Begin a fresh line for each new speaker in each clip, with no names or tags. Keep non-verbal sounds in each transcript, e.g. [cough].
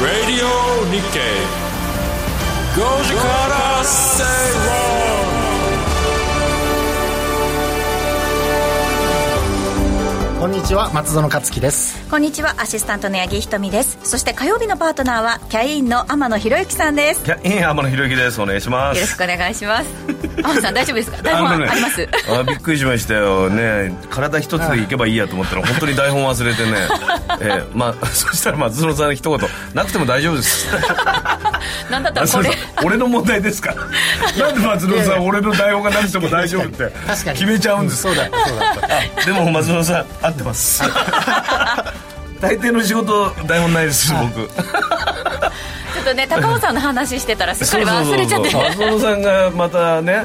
Radio Nikkei. Goji Kara Seirong.
こんにちは松園克樹です
こんにちはアシスタントの八木ひとみですそして火曜日のパートナーはキャインの天野博之さんですよ
キャイン浜野博之ですお願いします
ろしくお願いします
[laughs]
天野さん大丈夫ですか台本あります、
あびっくりしましたよね体一つでいけばいいやと思ったら本当に台本忘れて [laughs] ね、ええまあ、そしたら松園さんに一言「なくても大丈夫です」
なんだったらこれ
あ [laughs] そう俺の問題ですか [laughs] なんで松園さん俺の台本がなくても大丈夫って
確かに
決めちゃうんです
そうだそうだった
[laughs] でも松園さん合ってます [laughs] 大抵の仕事台本ないです僕
ちょっとね高尾さんの話してた
[laughs]
らすっかり忘れちゃって
松園さんがまたね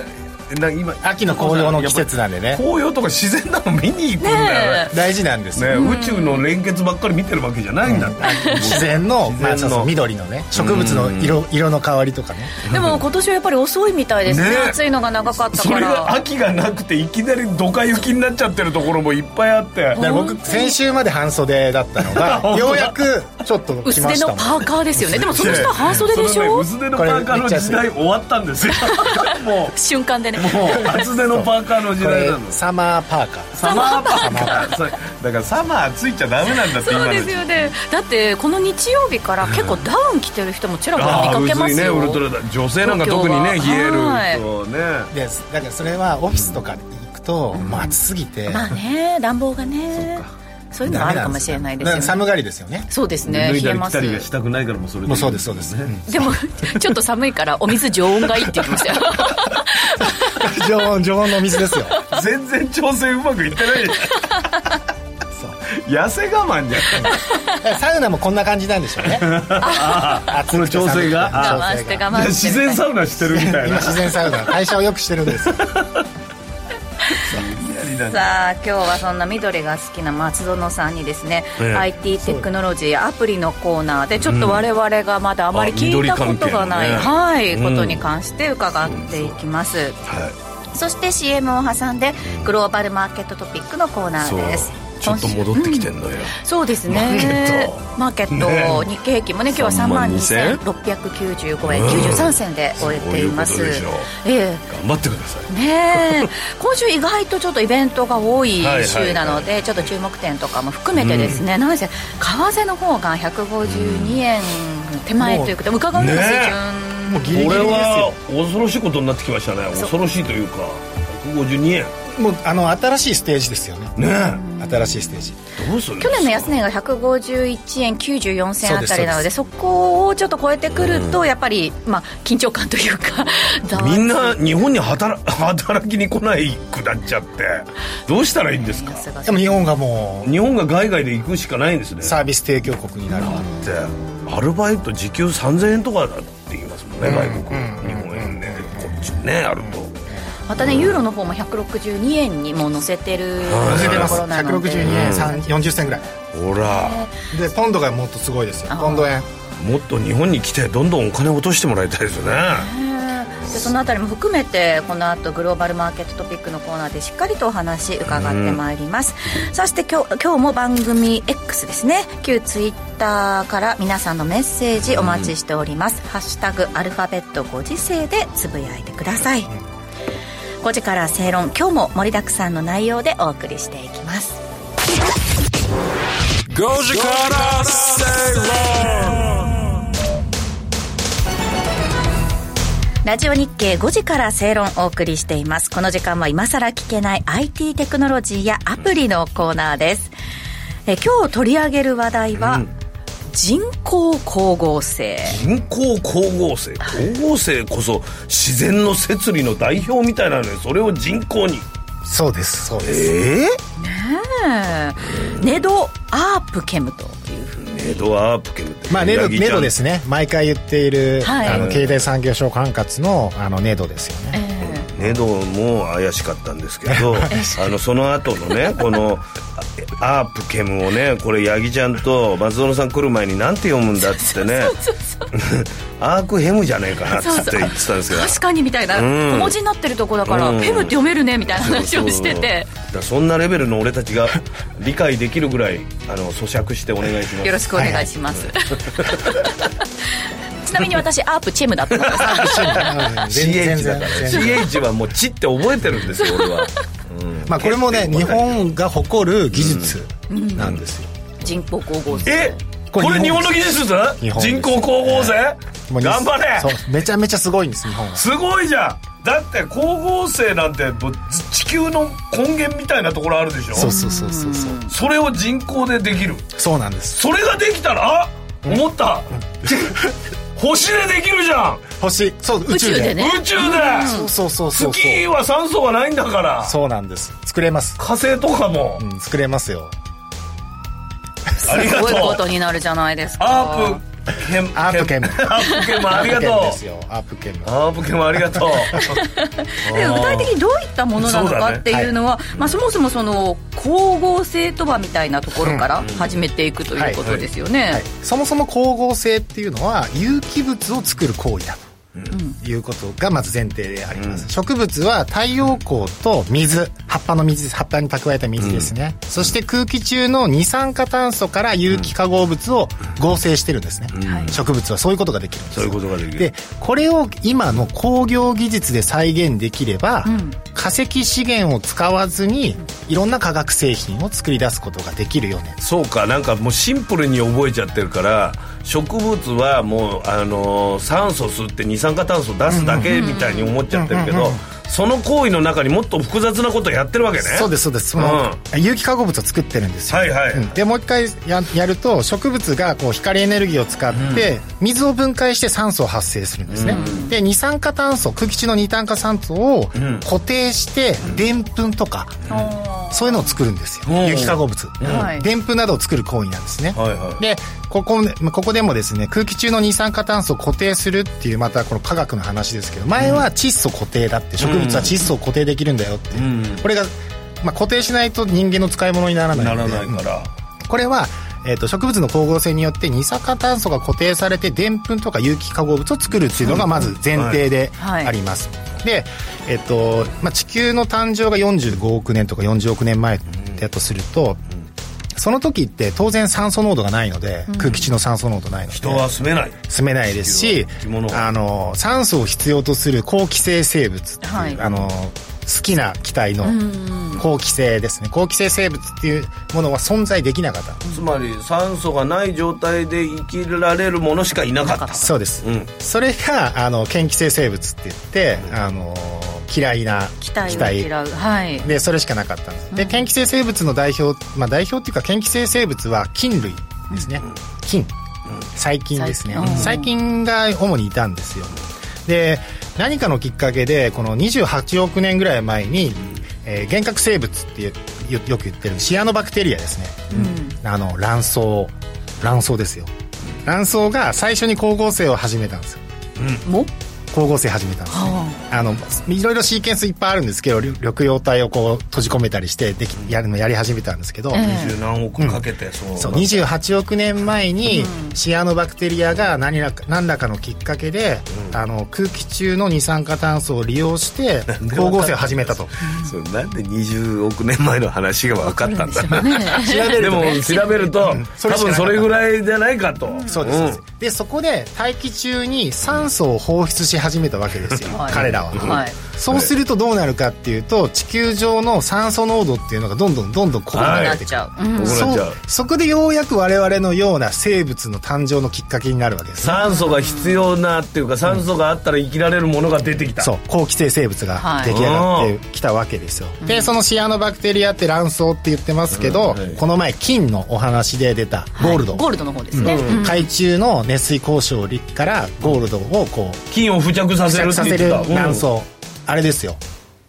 な今
[laughs] 秋の紅葉の季節なんでね
紅葉とか自然なの見に行くんだよね
ね
大事なんです
ね、
よ、
宇宙の連結ばっかり見てるわけじゃないんだって、
自然の
自然の
まあ、そうそう緑のね植物の色色の変わりとかね
でも今年はやっぱり遅いみたいですね
ね
暑いのが長かった
そ
か
れが
ら
秋がなくていきなりドカ雪になっちゃってるところもいっぱいあって
だから僕先週まで半袖だったのが
[laughs]
本
よ
当だ
うやくちょっと来
薄
ま
手
したも
の
ん
パーカーですよねでもその下半袖でし
そのね
ょ
薄手のパーカーの時代終わったんですよも
瞬間でね
う厚手のパーカーの時
こ
代
れ
なの
サマーパーカー
サマーパーカーそうだからサマー暑いちゃダメなんだって
そう
今
ですよねだってこの日曜日から結構ダウン着てる人もちらほら見
ああ
かけ
薄
ま
い
す
ね
よ
ウルトラだ女性なんか特にね冷
東京は
えるとね
でだからそれはオフィスとかに行くと、もう暑すぎて、
まあね暖房がねそういうのもあるかもしれないで
だから
すよね
寒がりですよね
そうですね
脱い
冷
だ
え
り
ま
着
す
たりがしたくないからもうそれ
もうそうですそうです、
でも [laughs] ちょっと寒いからお水常温がいいって言ってま
[laughs]
したよ
常温常温のお水ですよ
全然調整うまくいってないじゃん痩せ我慢じゃん
だからサウナもこんな感じなんでしょうね暑くて
この調整が
寒く
我慢してて
調整が
我慢して
自然サウナしてるみたい
今
な
自然サウナ代謝を良くしてるんですよ
さあ今日はそんな緑が好きな松園さんにですね、
ええ
IT テクノロジーアプリのコーナーでちょっと我々がまだあまり聞いたことがない、
あ緑関
は
係
い、
のねうん
ことに関して伺っていきます、そして CM を挟んでグローバルマーケットトピックのコーナーです
ちょっと戻ってきてんのよ、
そうですね
マーケッ
マーケット日経平均もね今日は3万2695円93銭で終えています
そういうことでしょう
ええ
頑張ってください
ねえ [laughs] 今週意外とちょっとイベントが多い
はいはい
週なので、ちょっと注目点とかも含めてですね、なんせ為替の方が152円手前ということで伺うのが水
ね
準、
もうギリギリ
こ
で
れ
すよ
は恐ろしいことになってきましたね恐ろしいというか152円
もうあの新しいステージですよね
ね
新しいステージ
えどうする
去年の安値が151円94銭あたりなので
そ
そこをちょっと超えてくるとやっぱり、まあ、緊張感というかざわつ
みんな日本に働働きに来ないくなっちゃってどうしたらいいんですか
さが
でも日本がも
日本が海外で行くしかないんですね
うサービス提供国になるわ
ってアルバイト時給3000円とかだって言いますもんね、外国、日本円でこっちねあると
またねユーロの方も162円にもう乗せてる
乗せて
と
ま
ころなので
162円3 40銭ぐらい
ほら
でポンドがもっとすごいですよ
あー
ポンド円
もっと日本に来てどんどんお金落としてもらいたいですよね
でそのあたりも含めてこの後グローバルマーケットトピックのコーナーでしっかりとお話伺ってまいります、そして今日今日も番組 X ですね旧ツイッターから皆さんのメッセージお待ちしております、ハッシュタグアルファベットご時世でつぶやいてください、5時から正論今日も盛りだくさんの内容でお送りしていきます
Goji Kara Seirong.
ラジオ日経5時から正論をお送りしています。この時間は今更聞けない IT テクノロジーやアプリのコーナーです。え今日取り上げる話題は、人工光合成。
人工光合成光合成こそ自然の摂理の代表みたいなのにそれを人工に
そうですそうです
え
うんネドアープケムというふうに。
ネドアープケムって
まあ、ネドネドです
ね
ね毎回言っている、
はい
あの経済産業省管轄のあのネドですよ
[laughs]
ね、
[laughs]
ネドも怪しかったんですけどあのその後のねこのアープケムをねこれ八木ちゃんと松園さん来る前になんて読むんだっつって
[laughs]
ねアークヘムじゃねえかなっつって言ってたんですけど
確かにみたいな、
うん
小文字になってるとこだから、
うん
ヘムって読めるねみたいな話をしてて
そうそうだからそんなレベルの俺たちが理解できるぐらいあの咀嚼してお願いします
よろしくお願いします、 [laughs] ちなみに私アープチェムだったの
[laughs]
です
全然
CH だ
全
から
然
CH はもう「ち」って覚えてるんですよ俺は、うん
まあこれもね
結
日
構わかる
本が誇る技術なんですよ、
人工光合成
えこ
これ
れ日本の技術
日本です
人工光合成、
もうに
頑張れ
そうめちゃめちゃすごいんです日本は
すごいじゃんだって光合成なんてもう地球の根源みたいなところあるでしょ
そうそうそうそうそう
それを人工でできる
そうなんです
それができたらあ思った、 [laughs] 星でできるじゃん
星そう宇宙で
宇宙でね
宇宙で、
そうそうそうそう
月
そう
は酸素がないんだから
そうなんです作れます、
火星とかも、
うん、作れますよ
あり
す
がと
ご
う
いことになるじゃないですか
アープケム
アープケム
アープケムありがとう
アープケムですよアープケム
アープケムありがとう
で具体的にどういったものなの
そうだ
か
ね
っていうのはまあ、そもそもその光合成とはみたいなところから始めていくということですよね、
はい、そもそも光合成っていうのは有機物を作る行為だということがまず前提であります、植物は太陽光と水葉っぱの水です葉っぱに蓄えた水ですね、そして空気中の二酸化炭素から有機化合物を合成してるんですね、植物は [laughs] そういうことができるんです
そういうことができる
でこれを今の工業技術で再現できれば、化石資源を使わずにいろんな化学製品を作り出すことができるよね
そうかなんかもうシンプルに覚えちゃってるから植物はもう、あのー酸素吸って二酸化炭素出すだけみたいに思っちゃってるけどその行為の中にもっと複雑なことやってるわけね
そうですそうですその、有機化合物を作ってるんですよ、
はいはい
うんでもう一回ややると植物がこう光エネルギーを使って水を分解して酸素を発生するんですね、で二酸化炭素空気中の二酸化炭素を
ん
固定してでんぷんとか、そういうのを作るんです
お
よ
ー
有機化合物
はい
でんぷんなどを作る行為なんですね、
はいはい
でここねここでもですね空気中の二酸化炭素を固定するっていうまたこの科学の話ですけど前は窒素固定だって植物は窒素を固定できるんだよっていう、
ん
これが、まあ、固定しないと人間の使い物にならない
な
の
ら
で
ないから、
うんこれは、えー、と植物の光合成によって二酸化炭素が固定されてでんぷんとか有機化合物を作るっていうのがまず前提で
はい
あります、で、えっとまあ、地球の誕生が45億年とか40億年前だとすると、その時って当然酸素濃度がないので、空気中の酸素濃度ないので
人は住めない
住めないですし
生き物は
あの酸素を必要とする好気性生物っていう、
はい
あの好きな気体の好気性ですね好気性生物っていうものは存在できなかった、
つまり酸素がない状態で生きられるものしかいなかった
そうです、
うん
それがあの嫌気性生物って言って、あの嫌いな
期待を嫌うはい
でそれしかなかったんです、で嫌気性生物の代表、まあ、代表っていうか嫌気性生物は菌類ですね、菌細菌ですね
細菌う
細菌
ん
が主にいたんですよで何かのきっかけでこの28億年ぐらい前に、えー原核生物ってよよく言ってるシアノバクテリアですね、あの卵巣卵巣ですよ卵巣が最初に光合成を始めたんですよ
も
光合成始めたんですねあのいろいろシーケンスいっぱいあるんですけど緑緑葉体をこう閉じ込めたりしてできやるのやり始めたんですけど、
二十何億かけて、そう
そう28億年前にシアノバクテリアが何らか何らかのきっかけで、あの空気中の二酸化炭素を利用して光合成を始めたと
そうなんで20億年前の話が分かったんだ
わかるんでしょうね
でも調べると
んそ
多
れしかなかった
分それぐらいじゃないかと
そうです、
ん
でそこで大気中に酸素を放出し始めたわけですよ、
はい
彼らは、
はい
そうするとどうなるかっていうと地球上の酸素濃度っていうのがどんどんどんどん濃く
はい
な
な
っ
って
く
ちゃう、うん
僕
そ
らじゃあ
うそこでようやく我々のような生物の誕生のきっかけになるわけですね
酸素が必要なっていうか酸素があったら生きられるものが出てきた
そう好気性生物が出来上がってきたわけですよ、でそのシアノバクテリアって卵巣って言ってますけど、この前金のお話で出たゴールド、
ゴールドの方ですね、
海中の熱水鉱床からゴールドをこう
菌を付着さ
付
せる
着さ
って言
せ
って
る
た
卵巣、
うん
あれですよ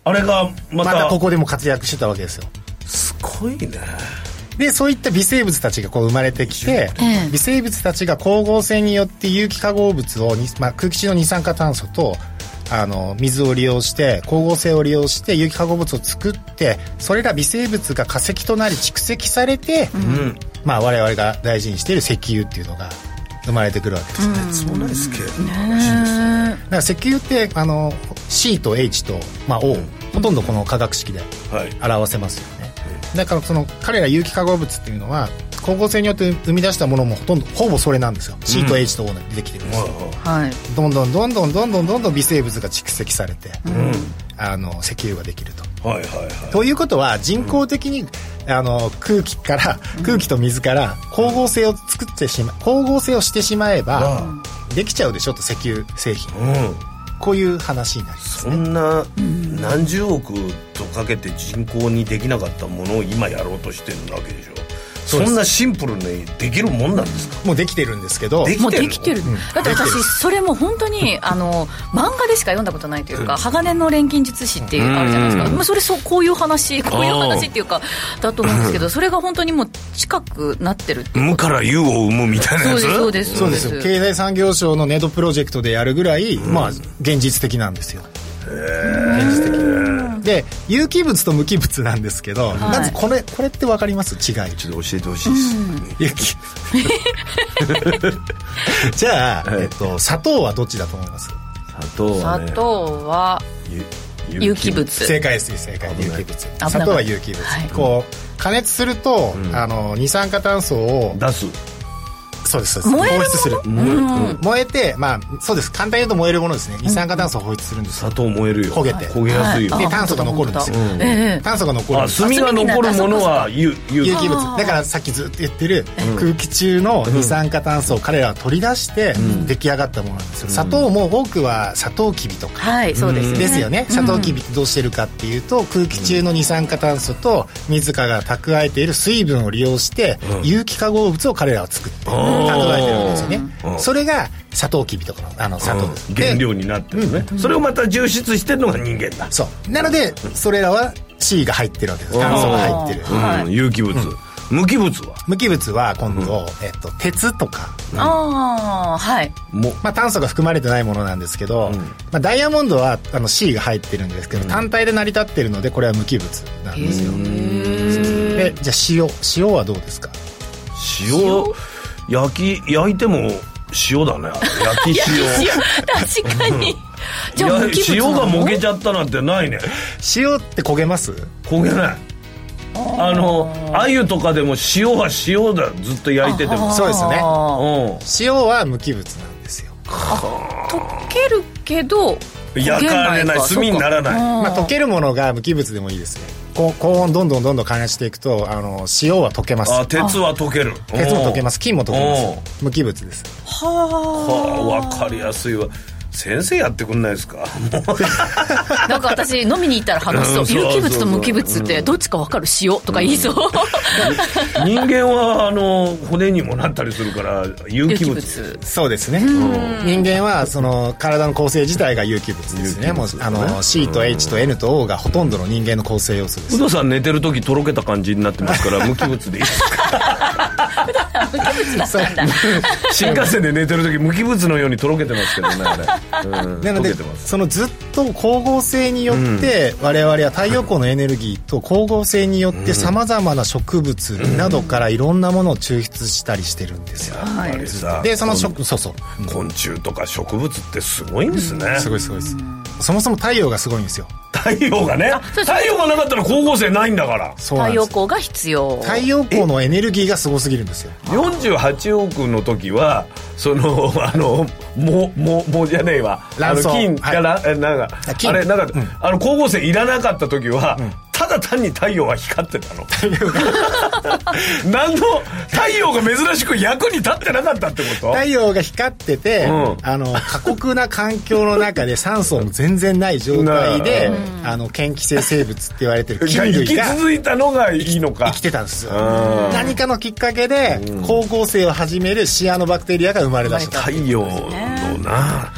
あれが
ま
また
たここでも活躍してたわけですよ
すごいね
でそういった微生物たちがこう生まれてきて、
ええ
微生物たちが光合成によって有機化合物をに、まあ、空気中の二酸化炭素とあの水を利用して光合成を利用して有機化合物を作ってそれら微生物が化石となり蓄積されて、
うん
まあ、我々が大事にしている石油っていうのが生まれてくるわけですね、
そうなんですけど話ですね
だから石油ってあの C と H と、まあ、O ほとんどこの化学式で
はい
表せますよねだからその彼ら有機化合物っていうのは光合成によって生み出したものもほとんどほぼそれなんですよ C と H と O で出てきてるんですよ、
はい
どんどんどんどんどんどんどんどん微生物が蓄積されて、あの石油ができると。
はいはいは
ということは人工的に、あの空気から空気と水から光合成を作ってしま光合成をしてしまえば、できちゃうでしょと石油製品
いうん
こういう話になります
そ
ね。
んな何十億とかけて人口にできなかったものを今やろうとしてるわけでしょ
そう
そ
です
んなシンプルにできるもんなんですか
もうできてるんですけど
でき
もう
てる
できてる、
ん
だって私それも本当にあの漫画でしか読んだことないというか「鋼の錬金術師」っていうあるじゃないですか、まあ、それそうこういう話こういう話っていうかだと思うんですけどそれが本当にもう近くなってるって
無から有を生むみたいな
そ
や
うで
つ
すそうです
そうですよ経済産業省のネドプロジェクトでやるぐらい、まあ現実的なんですよ現実的で有機物と無機物なんですけど、まずこれこれって分かります違い
ちょっと教えてほしいです、
有機 [laughs] じゃあ、
はい
えっと、砂糖はどっちだと思います
砂糖はね
砂糖は
ゆ
有機物
正解です正解
危
有
ない
機物
た
砂糖は有機物、
はい
こう加熱すると、あの二酸化炭素を
出す
そうですそうです
燃えるもの
放出する
燃え
燃えてまあそうです簡単に言うと燃えるものですね二酸化炭素を放出するんですよ
砂糖燃えるよ
焦げて
焦げやすいよ、
は
で
いあ
炭素が残るんですよ、
本当だええ
炭素が残るん
あ
ですよ
炭が残るものは有有
有
機
機物だからさっきずっと言ってる空気中の二酸化炭素を彼らは取り出して出来上がったものなんですよ砂糖も多くは砂糖きびとか
はいそうですね
ですよね砂糖きびってどうしてるかっていうと空気中の二酸化炭素と自らが蓄えている水分を利用して有機化合物を彼らは作って蓄えてるんですよ
うん
ねそれが砂糖きびとかのあの砂糖です
うん
で
原料になってるね、それをまた抽出してるのが人間だ、
そうなのでそれらは C が入ってるわけです炭素が入ってる
うん有機物、無機物は
無機物は今度、えっと、鉄とか
ああはい
も
まあ、炭素が含まれてないものなんですけど、まあ、ダイヤモンドはあの C が入ってるんですけど、単体で成り立ってるのでこれは無機物なんですよでじゃあ塩塩はどうですか
塩焼き焼いても塩だね焼き
[laughs]
塩
塩確かにじゃあ無機
い
物
や
な
塩
の
がもげちゃったなんてないね
塩って焦げます
焦げないあの鮎とかでも塩は塩だずっと焼いてても
そうですよね
あー
う
塩は無機物なんですよ、
溶けるけど
ん
焦
焼
げ
かれない
か
炭にならない
まあ、溶けるものが無機物でもいいですねこう高温どんどんどんどん加熱していくとあの塩は溶けます
あ鉄は溶ける
鉄も溶けますす金も溶けます無機物です
はあ分かりやすいわ先生やってくんないですか [laughs] もう
なんか私飲みに行ったら話しそううん
そう
有機物と無機物ってどっちか分かる塩とか言いそう
人間はあの骨にもなったりするから有
有
機
機
物
物
そうですね人間はその体の構成自体が有機物ですね
有機
もう
物
あの C と H と N と O がほとんどの人間の構成要素で
有
す
働さん寝てる時とろけた感じになってます
[laughs]
から無機物でいいですか
そう
新幹線で寝てる時無機物のようにとろけてますけどねあれ、うん、
なの
溶
で
けてます
そのずっと光合成によって我々は太陽光のエネルギーと光合成によってさまざまな植物などからいろんなものを抽出したりしてるんですよ
やっぱりさ
でその植そうそう
昆虫とか植物ってすごいんですね、
すごいすごいですそもそも太陽がすごいんですよ
太陽がね
そう
太陽がなかったら光合成ないんだから
そうな
太
んで
陽
す
光が必要
太陽光のエネルギーがすごすぎるんですよ
48億の時はそのあのもももじゃねえわあ
卵
の
巣
金か
はい
ら、えなんか
あ金
あれなんか、あの光合成いらなかった時は、ただ単に太陽は光ってたの何の太陽が珍しく役に立ってなかったってこと
太陽が光ってて、
うん
あの過酷な環境の中で酸素も全然ない状態で、あの嫌気性生物って言われてる菌
生
類
き
が
続いたのがいいのか
生きてたんですよ何かのきっかけで光合成を始めるシアノバクテリアが生まれ出した
太陽のな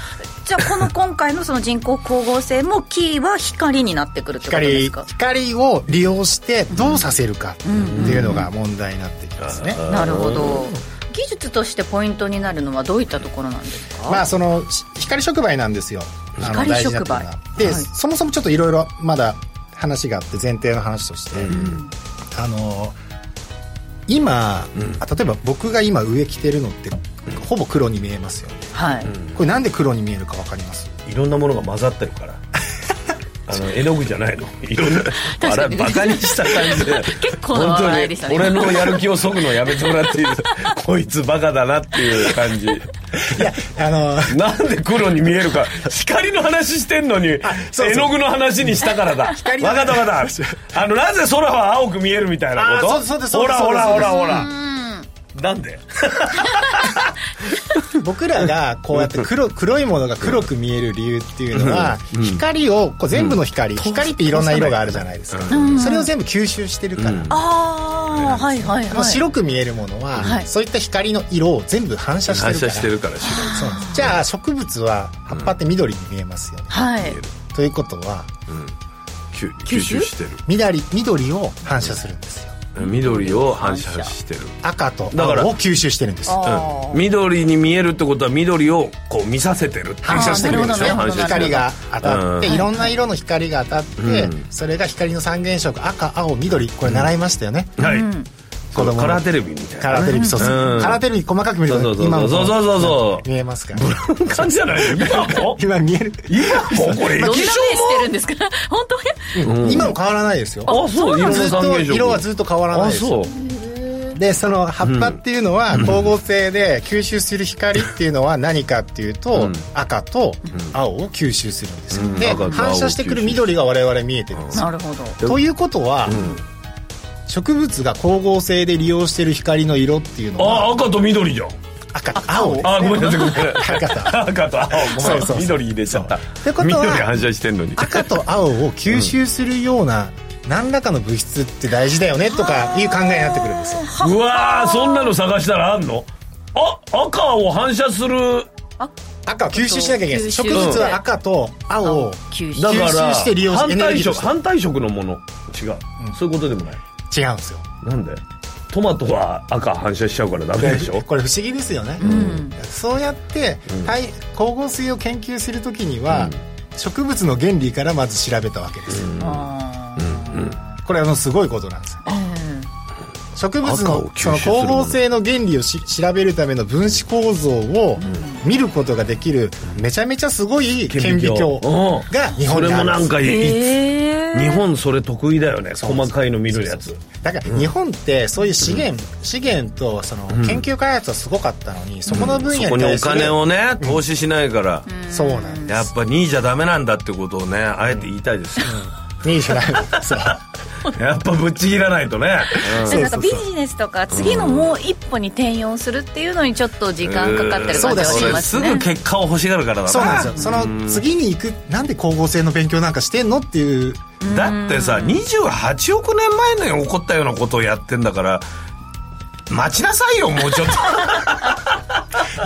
じゃあこの今回のその人工光合成もキーは光になってくるってことで
光
すか
光を利用してどうさせるかっていうのが問題になってきますね、
なるほど技術としてポイントになるのはどういったところなんですか、
まあそのし光触媒なんですよあの
光
大事な
触媒
ところがで、
はい
そもそもちょっといろいろまだ話があって前提の話として、あの今、あ例えば僕が今上着てるのってほぼ黒に見えますよね
はい
これなんで黒に見えるか分かります
いろんなものが混ざってる
[laughs]
からあの絵の具じゃないのいろんなあ
か
れ
に
バカにした感じで
結構な笑いでしたね
本当に俺のやる気をそぐのやめてもらっていい [laughs] こいつバカだなっていう感じ
いや [laughs] あの
なんで黒に見えるか光の話してんのに
そうそう
絵の具の話にしたからだわかったわかったあのなぜ空は青く見えるみたいなこ
あ
と
ーそうですそう
ほ
です
ら
そ
ほ
うで
ら
す
ほらほらなんで
僕らがこうやって [laughs] 黒黒いものが黒く見える理由っていうのは、光をこう全部の光、光っていろんな色があるじゃないですか、それを全部吸収してるから、
ああはいはい
この
はい
白く見えるものは、
はい
そういった光の色を全部反射してるから
るから
そうなんですじゃあ植物は葉っぱって緑に見えますよね、
はい
ということは
吸収
てる
緑緑を反射するんですよ
緑を反
射
してる
赤と
だから
青を吸収してるんですよ
あー
緑に見えるってことは緑をこう見させてる
反射してるんですよ
あーなるほどなるほど
光が当たって
うん
いろんな色の光が当たって、
うん
それが光の三原色赤青緑これ習いましたよね、
はい、
子供の
カラーテレビみたいな
カラーテレビそうそう
うん
カラーテレビ細かく見る
そ
と
うそうそう
今も
そうそうそうそう
見えますから
感じじゃない今も
今見える
今もこれ
どんな目してるんですか [laughs] 本当に
今も変わらないですよ
あそう色の
ずっ
三
と
原色
色はずっと変わらない
あ
です
そう
でその葉っぱっていうのは光合成で吸収する光っていうのは何かっていうと、
うん
赤と青を吸収するんですよ、
うん
で
赤と青を吸収
反射してくる緑が我々見えてるんですよ、
なるほど
ということは、植物が光合成で利用してる光の色っていうのは
あ赤と緑じゃん
赤と青です
あごめんなさいごめんなさ
[laughs]
い
赤と青
赤と青ごめん
そうそう
緑入れちゃった
てことは
緑反射してんのに
赤と青を吸収するような何らかの物質って大事だよねとかいう考えになってくるんですよ
うわーそんなの探したらあんのあ赤を反射する
赤を吸収しなきゃいけないんです
吸収
植物は赤と青を
吸収
だ
吸
か
収
ら
して利用し
反
てエネル
対
ギーと
色
して
反対色のもの違う、そういうことでもない
違うんですよ
なんでトマトは赤反射しちゃうからダメでしょ
[laughs] これ不思議ですよね、そうやって、体光合成を研究する時には、植物の原理からまず調べたわけです、
あ
これあのすごいことなんですよ植物
赤を
の
吸収す
その
るの
光合成の原理をし調べるための分子構造を見ることができるめちゃめちゃすごい顕微鏡
うん
が日
そ
本
れ
にあ
も
る
な
ん
ん
です
かい
ー
い
へえ
日本それ得意だよね
う
細かいの見るやつ
だから日本ってそういう資源、資源とその研究開発はすごかったのに、そこの分
そ
野
こ
に
にお
対する
金をね投資しないから
そうなんで
やっぱ2位じゃダメなんだってことをねあえて言いたいですよ
すいいじゃないそう
やっぱぶっちぎらないとね
でなんかビジネスとか次のもう一歩に転用するっていうのにちょっと時間かかってる感じはし
俺
ます
す
ね
ぐ結果を欲しがるからだな
そうなんですよその次に行くなんで光合成の勉強なんかしてんのっていう
だってさ28億年前のに起こったようなことをやってんだから待ちなさいよもうちょっと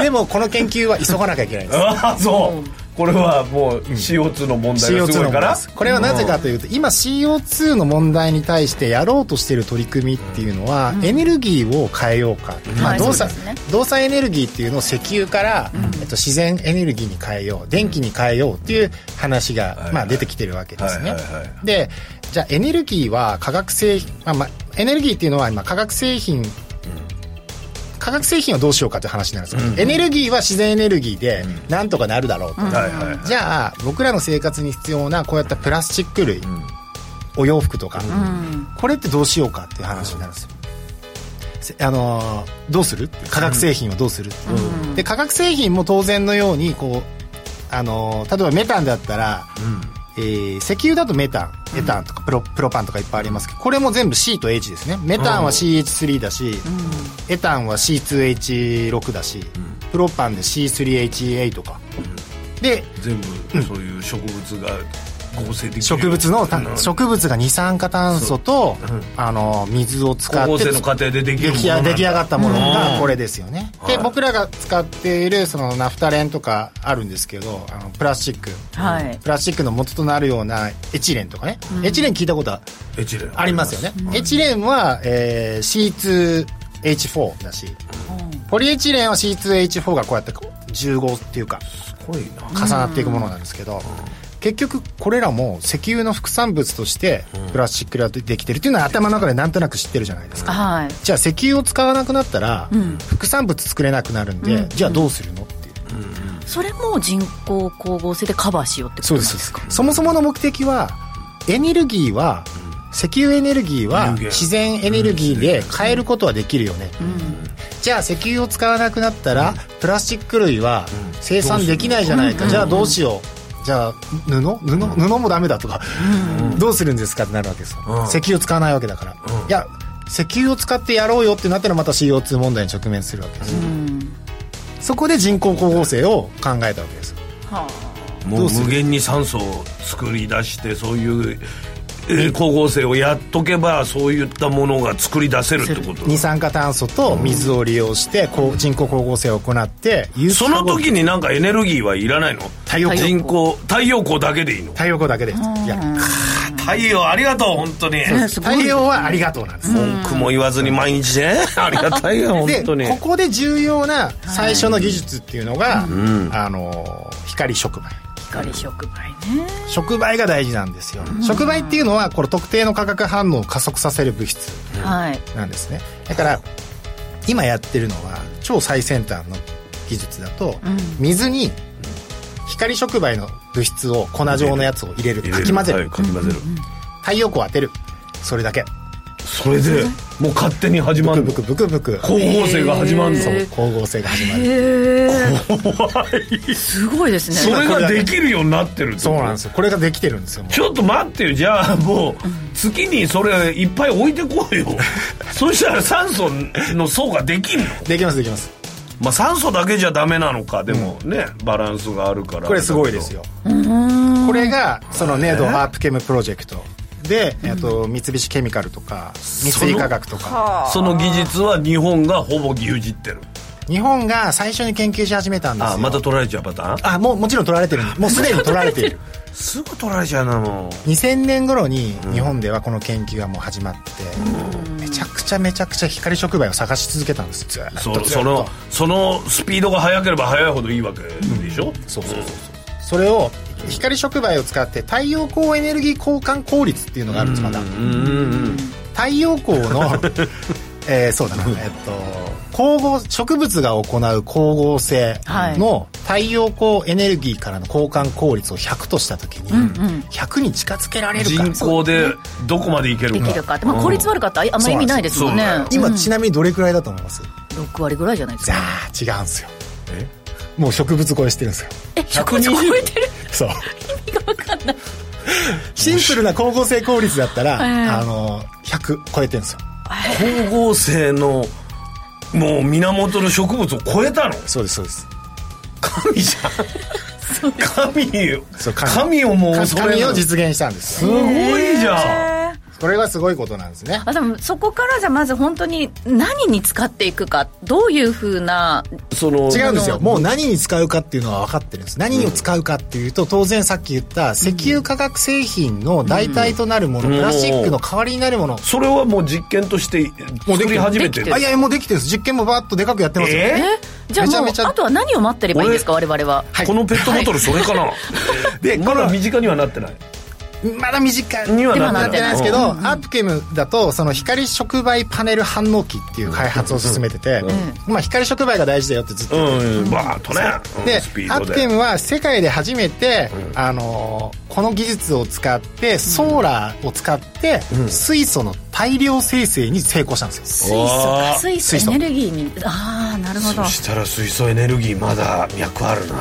でもこの研究は急がなきゃいけないんです
ああそうこれはもう CO2 の問題がす
CO2
ご
の
い
問
か
題
ら
ですこれはなぜかというと今 CO2 の問題に対してやろうとしてる取り組みっていうのはエネルギーを変えようか、ま
は
あ、
い
動
そ
産
うですね
動産エネルギーっていうのを石油から、えっと、自然エネルギーに変えよう電気に変えようっていう話が、まあ、出てきてるわけですね
はいはいはい。
でじゃあエネルギーは化学製品、まあまあ、エネルギーっていうのは今化学製品化学製品をどうしようかという話になるんですよ、エネルギーは自然エネルギーでなんとかなるだろうと、
はいはいはい
じゃあ僕らの生活に必要なこういったプラスチック類、お洋服とか、これってどうしようかっていう話になるんですよ、せあのーどうする化学製品はどうする、で化学製品も当然のようにこう、あのー例えばメタンだったら、えー石油だとメタンエタンとかプロプロパンとかいっぱいありますけどこれも全部 C と H ですねメタンは CH3 だし、エタンは C2H6 だし、プロパンで C3HA とか、で
全部そういう植物が合成的
植物のた植物が二酸化炭素と、あの水を使っ
光合
て
成の過程ででき
出
る
来上出来上がったもの
う
が
ん
これですよね、で
はい
僕らが使っているそのナフタレンとかあるんですけどあのプラスチック
はい
プラスチックの元となるようなエチレンとかね、エチレン聞いたことは
エチレン
ありますよね、エチレンは、えー C2H4 だし、ポリエチレンは C2H4 がこうやって重合っていうか
濃いな
重なっていくものなんですけど、結局これらも石油の副産物としてプラスチックができてるっていうのは頭の中でなんとなく知ってるじゃないですか、
はい
じゃあ石油を使わなくなったら副産物作れなくなるんで、じゃあどうするのっていう、
それも人工光合成でカバーしようってことなんですか
そもそもの目的はエネルギーは石油エネルギーは自然エネルギーで変えることはできるよね、じゃあ石油を使わなくなったらプラスチック類は生産できないじゃないか、じゃあどうしようじゃあ布布布もダメだとか、どうするんですかってなるわけですよ、
うん
石油を使わないわけだから、いや石油を使ってやろうよってなったらまた CO2 問題に直面するわけです、そこで人工光合成を考えたわけです
もう無限に酸素を作り出してそういうえー光合成をやっとけばそういったものが作り出せるってこと
二酸化炭素と水を利用してこう人工光合成を行って有機
そ
化合
の時になんかエネルギーはいらないの
太陽光
人工太陽光だけでいいの
太陽光だけでいや
太陽ありがとう本当に
太陽はありがとうなんです、
文句も言わずに毎日ねありがたいよ本当に
でここで重要な最初の技術っていうのが、あの光触媒
光触媒ね
触媒が大事なんですよ、触媒っていうのはこれ特定の化学反応を加速させる物質
はい
なんですねだから今やってるのは超最先端の技術だと、水に光触媒の物質を粉状のやつを入れるかき混ぜる、
はいかき混ぜる
太陽光を当てるそれだけ
それでもう勝手に始ま
ブ
る
クブクブクブク
光合成が始まるの
そう光合成が始まる、
すごいですね
それができるようになってるってこと
そうなんですよこれができてるんですよもう
ちょっと待ってよじゃあもう月にそれいっぱい置いてこう [laughs] よそしたら酸素の層ができんの、
できますできます
まあ、酸素だけじゃダメなのかでもね、バランスがあるから
これすごいですよこれがそのネドアープケムプロジェクトで、えっと三菱ケミカルとか三井化学とか
その技術は日本がほぼ牛耳ってる
日本が最初に研究し始めたんですよ
あまた取られちゃうパターン
あもうもちろん取ら [laughs] れてるもうすでに取られてい [laughs] る
すぐ取られちゃうなも
2000年頃に日本ではこの研究がもう始まってて、めちゃくちゃめちゃくちゃ光触媒を探し続けたんですずーっ
う
と
そそのそのスピードが速ければ速いほどいいわけでしょ、そうそうそう
それを光触媒を使って太陽光エネルギー交換効率っていうのがあるんですまだ太陽光
[laughs]
のえーそうだなえっと光合植物が行う光合成の太陽光エネルギーからの交換効率を100とした時に100に近づけられるか
人口でどこまでいける
で
か
きるかって、まあ、効率悪かったらあんまり意味ないですもんね
そうなんで
今ちなみにどれくらいだと思います
6割ぐらいじゃないです
じゃあ
か
違うんですよもう植物超えしてるんですよ
え100超えてる
そう。シンプルな光合成効率だったら、あの、100超えてるんですよ。
光合成のもう源の植物を超えたの
そうです、そうです。
神じゃん神よ
そう
神をもう恐れ
神
な
を
いす
実現したんですよ。
ごいじゃん
これがすごいことなんですね。
あでもそこからじゃあまず本当に何に使っていくかどういうふうな
その
違うんですよ。もう何に使うかっていうのは分かってるんです。何を使うかっていうと、当然さっき言った石油化学製品の代替となるもの、
うん
プラスチックの代わりになるもの。
それはもう実験として
もうでき
作
て
り
る
始めてる
でき
あ、いやいや、もうできてるんです。実験もバーッとでかくやってますよ。
え
じゃあもう
めちゃめちゃ
あとは何を待ってればいいんですか我々は
ーこのペットボトルそれかな、でまだ身近にはなってない
まだ短い
にはな
な
っ
ってて
な
ないいですけど、アープケムだとその光触媒パネル反応器っていう開発を進めてて、まあ、光触媒が大事だよってずっと
う
言って
んうんバーッとね
た、
うん
で
スピ
ア
ー
ー
ド
プケ
で
ムは世界で初めて、あのーこの技術を使ってソーラーを使って水素の大量生成に成功したんですよ、
水素
あ
か
ー
水素
水素
エネルギーにああなるほど
そしたら水素エネルギーまだ脈あるな、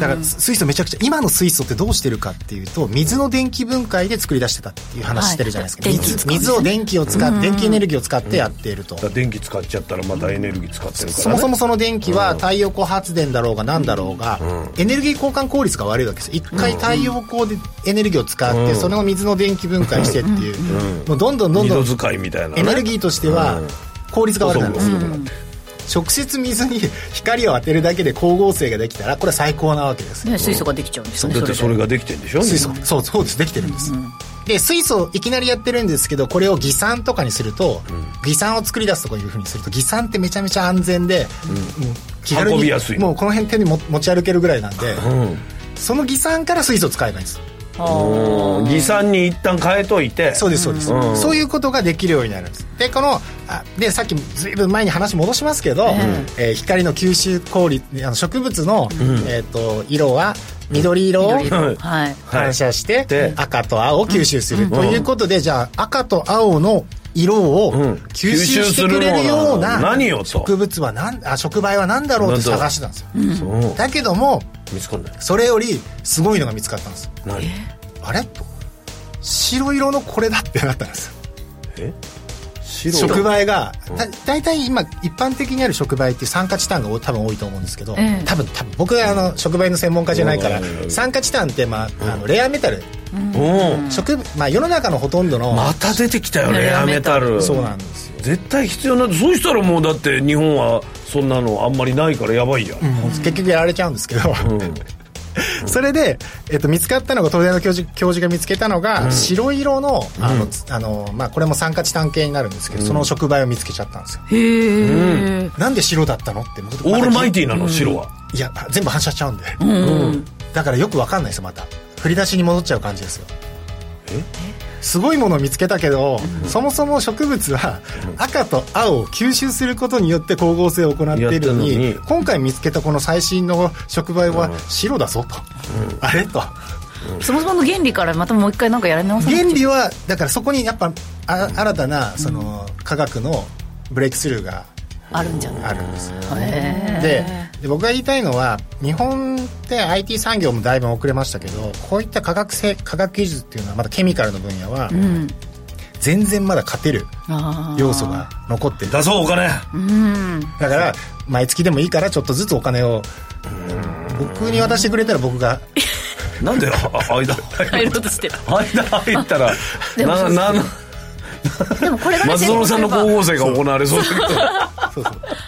だから水素めちゃくちゃ今の水素ってどうしてるかっていうと水の電気分解で作り出してたっていう話してるじゃないですか、
はい電気
水
使うんです
水
ね
を電気を使って電気エネルギーを使ってやっていると、
だから電気使っちゃったらまたエネルギー使ってるから、ね、
そもそもその電気は太陽光発電だろうが何だろうが、エネルギー交換効率が悪いわけです一回太陽光でエネルギーを使って、それを水の電気分解してっていう、もうどんどんどん
二
ど
度
ん
使いみたいな、ね、
エネルギーとしては効率が悪くなるんですよ、直接水に [laughs] 光を当てるだけで光合成ができたらこれは最高なわけですよ
ね水素ができちゃうんですよね
だってそれ
で
ができてんでしょ
水素そうそうですできてるんです、で水素をいきなりやってるんですけどこれを偽酸とかにすると、偽酸を作り出すとかいうふうにすると偽酸ってめちゃめちゃ安全で、もう気軽に
運びやすい
もうこの辺手にも持ち歩けるぐらいなんで、その偽酸から水素を使えばいいんです
うん偽酸に一旦変えといて
そうですそうです、
うん
そういうことができるようになるんですでこのあでさっきずいぶん前に話戻しますけど、えー光の吸収効率あの植物の、えー、と色は緑色を
はい
はい
反射して、
で
赤と青を吸収する、ということで、じゃあ赤と青の色を
ん
吸収してくれるような
吸収するものなの何よと
植物はなんあ植媒は何だろうって探してたんですよ、
うん
だけども
見つかんない
それよりすごいのが見つかったんです
何
あれと白色のこれだってなったんですよ
え白
触媒がだ大体今一般的にある触媒って酸化チタンが多分多いと思うんですけど、
ええ
多分多分僕はあの触媒の専門家じゃないから、
うん
酸化チタンって、まあ、あのレアメタル、
うん
植まあ、世の中のほとんどの、
また出てきたよレ
レ
ア
ア
メ
メ
タ
タ
ル
そうなんですよ
絶対必要なんだそうしたらもうだって日本はそんなのあんまりないからやばいじゃん、
結局やられちゃうんですけど、それで、えっと、見つかったのが東大の教授教授が見つけたのが、白色のあの、つあのまあ、これも酸化チタン系になるんですけど、その触媒を見つけちゃったんですよ
へえ
なんで白だったのって僕
オールマイ
ィ
ティなの、白はい
や全部反射しちゃうんで、だからよくわかんないですよまた振り出しに戻っちゃう感じですよすごいものを見つけたけど、そもそも植物は赤と青を吸収することによって光合成を行っているのに
やってるのに
今回見つけたこの最新の触媒は白だぞと、あれと
そもそもの原理からまたもう一回なんかやり直さなきゃ
原理はだからそこにやっぱあ新たなその科学のブレイクスルーが
あるんじゃない
あるんですよ
へ
でで僕が言いたいのは日本って IT 産業もだいぶ遅れましたけどこういった科学性科学技術っていうのはまだケミカルの分野は、全然まだ勝てる
あー
要素が残ってるだ
出そうお金
うん
から毎月でもいいからちょっとずつお金を僕に渡してくれたら僕
[laughs]
が
なんであ間
入ろうとしてる
間入ったら
でも
ななな
でもこれがね
松園さんの光合成が行われそうだけど
そう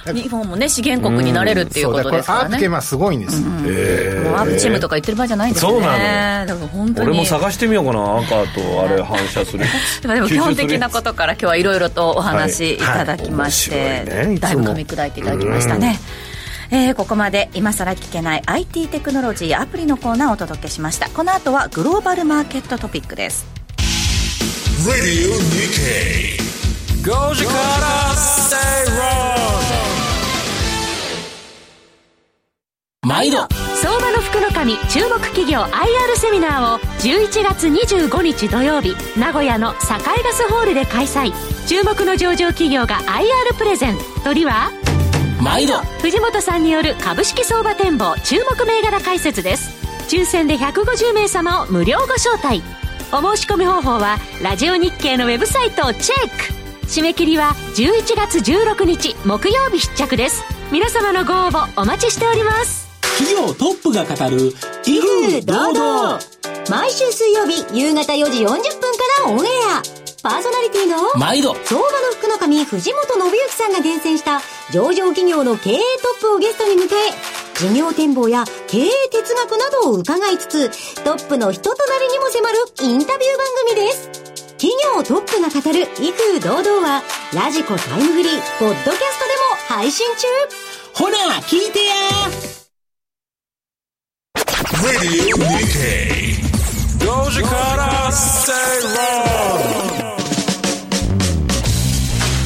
そう
日本もね資源国になれるっていう
そう
こ
だ
と
からこ
です
れ
か
アー
ら
プ
ね
系はすごいんです、
もうアープチームとか言ってる場合じゃないですね
そうなの
だから本当に
俺も探してみようかな赤とあれ反射する
まあ [laughs] でも基本的なことから今日はいろいろとお話いただきまして、
はいはい面白いねいつも
だいぶ噛み砕いていただきましたね、えーここまで今さら聞けない IT テクノロジーアプリのコーナーをお届けしましたこの後はグローバルマーケットトピックです
Radio Nikkei. Goji Kara Say Wrong.
毎度
相場の福の神注目企業 IR セミナーを11月25日土曜日名古屋の堺ガスホールで開催注目の上場企業が IR プレゼン鳥は
毎度
藤本さんによる株式相場展望注目銘柄解説です抽選で150名様を無料ご招待お申し込み方法はラジオ日経のウェブサイトをチェック締め切りは11月16日木曜日必着です皆様のご応募お待ちしております
企業トップが語る企業堂々
毎週水曜日夕方4時40分からオンエアパーソナリティの
毎度
相場の福の神藤本信之さんが厳選した上場企業の経営トップをゲストに迎え事業展望や経営哲学などを伺いつつトップの人となりにも迫るインタビュー番組です企業トップが語る威風堂々はラジコタイムフリーポッドキャストでも配信中
ほら聞いてや
Radio Nikkei. Goji Kara Say Wrong.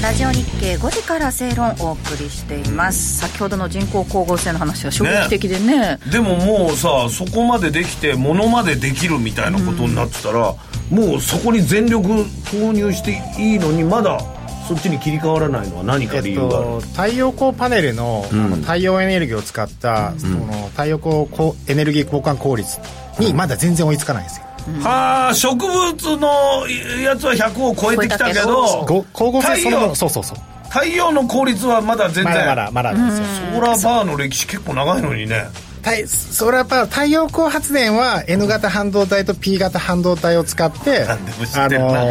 ラジオ日経5時から正論をお送りしています先ほどの人工光合成の話は衝撃的でね
でももうさそこまでできてものまでできるみたいなことになってたら、もうそこに全力投入していいのにまだそっちに切り替わらないのは何か
え
理
っ
由がある、
と、太陽光パネルの,、あの太陽エネルギーを使った、その太陽光こうエネルギー交換効率にまだ全然追いつかないんですよ、
はあ植物のやつは100を超えてきたけど
ご光合成そのものそ
太陽
うそうそう
太陽の効率はまだ全然
まだまだまだなんですよ、
ソーラーバーの歴史結構長いのにね
太ソーラーパワー太陽光発電は N 型半導体と P 型半導体を使って
なんでも知ってるな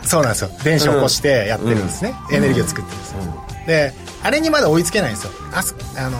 ーそうなんですよ電子を起こしてやってるんですね、エネルギーを作ってるんですよ、であれにまだ追いつけないんですよあそあの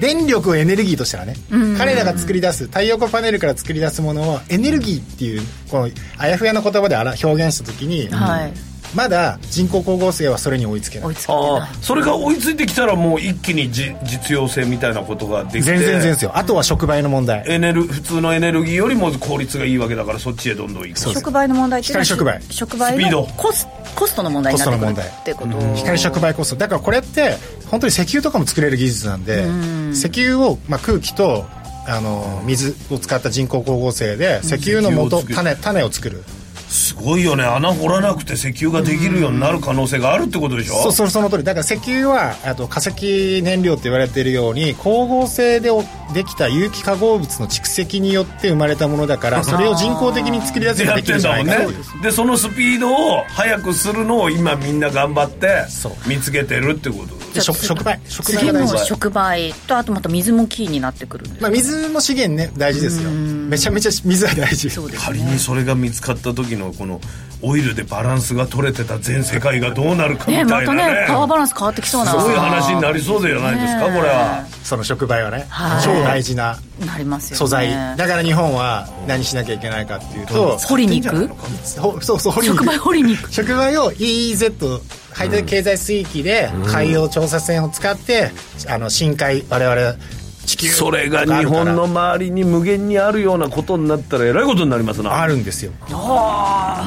電力をエネルギーとしたらね、彼らが作り出す太陽光パネルから作り出すものをエネルギーっていうこのあやふやな言葉であら表現した時に、
はい
まだ人工光合成はそれに追いつけない
追いつけて
あ
な
あ
い
それが追いついてきたらもう一気にじ実用性みたいなことができて
全然全然ですよあとは触媒の問題
エネル普通のエネルギーよりも効率がいいわけだからそっちへどんどん行く
そうです
触媒の問題っていうのは
光触媒
触
スピ
媒
ー
の
ド
コスコストの問題になってくるってこと、
光触媒こそだからこれって本当に石油とかも作れる技術なんで、石油を、まあ、空気とあの水を使った人工光合成で石油の元
石油を作る
種種を作る
すごいよね穴掘らなくて石油ができるようになる可能性があるってことでしょ
そうそうその通りだから石油はあと化石燃料って言われているように光合成でおできた有機化合物の蓄積によって生まれたものだからそれを人工的に作り出す
で
ことがで
やっ
き
て
る
ん
じゃ
だ
な
も
い
ん
か
ね
と
でそのスピードを速くするのを今みんな頑張って
そう
見つけてるってこと
で触触媒触媒
次
が
の
大事
触媒とあとまた水もキーになってくるんです
まあ、水の資源ね大事ですよめちゃめちゃ水は大事
そうです
仮にそれが見つかった時のこのオイルでバランスが取れてた全世界がどうなるかみた
ね
いな
ま
ね
たねパワーバランス変わってきそうな
すごい話になりそうじゃないですか、
ねえ
これは
その触媒はね、
はい
超大事な
なりますよね
素材、だから日本は何しなきゃいけないかっていうと
掘りに行く
ほそうそう掘りに行
触
く
媒掘りに行く
触媒を EEZ 排他的経済水域で海洋調査船を使って、あの深海我々地球
それが日本の周りに無限にあるようなことになったらえらいことになりますな
あるんですよあ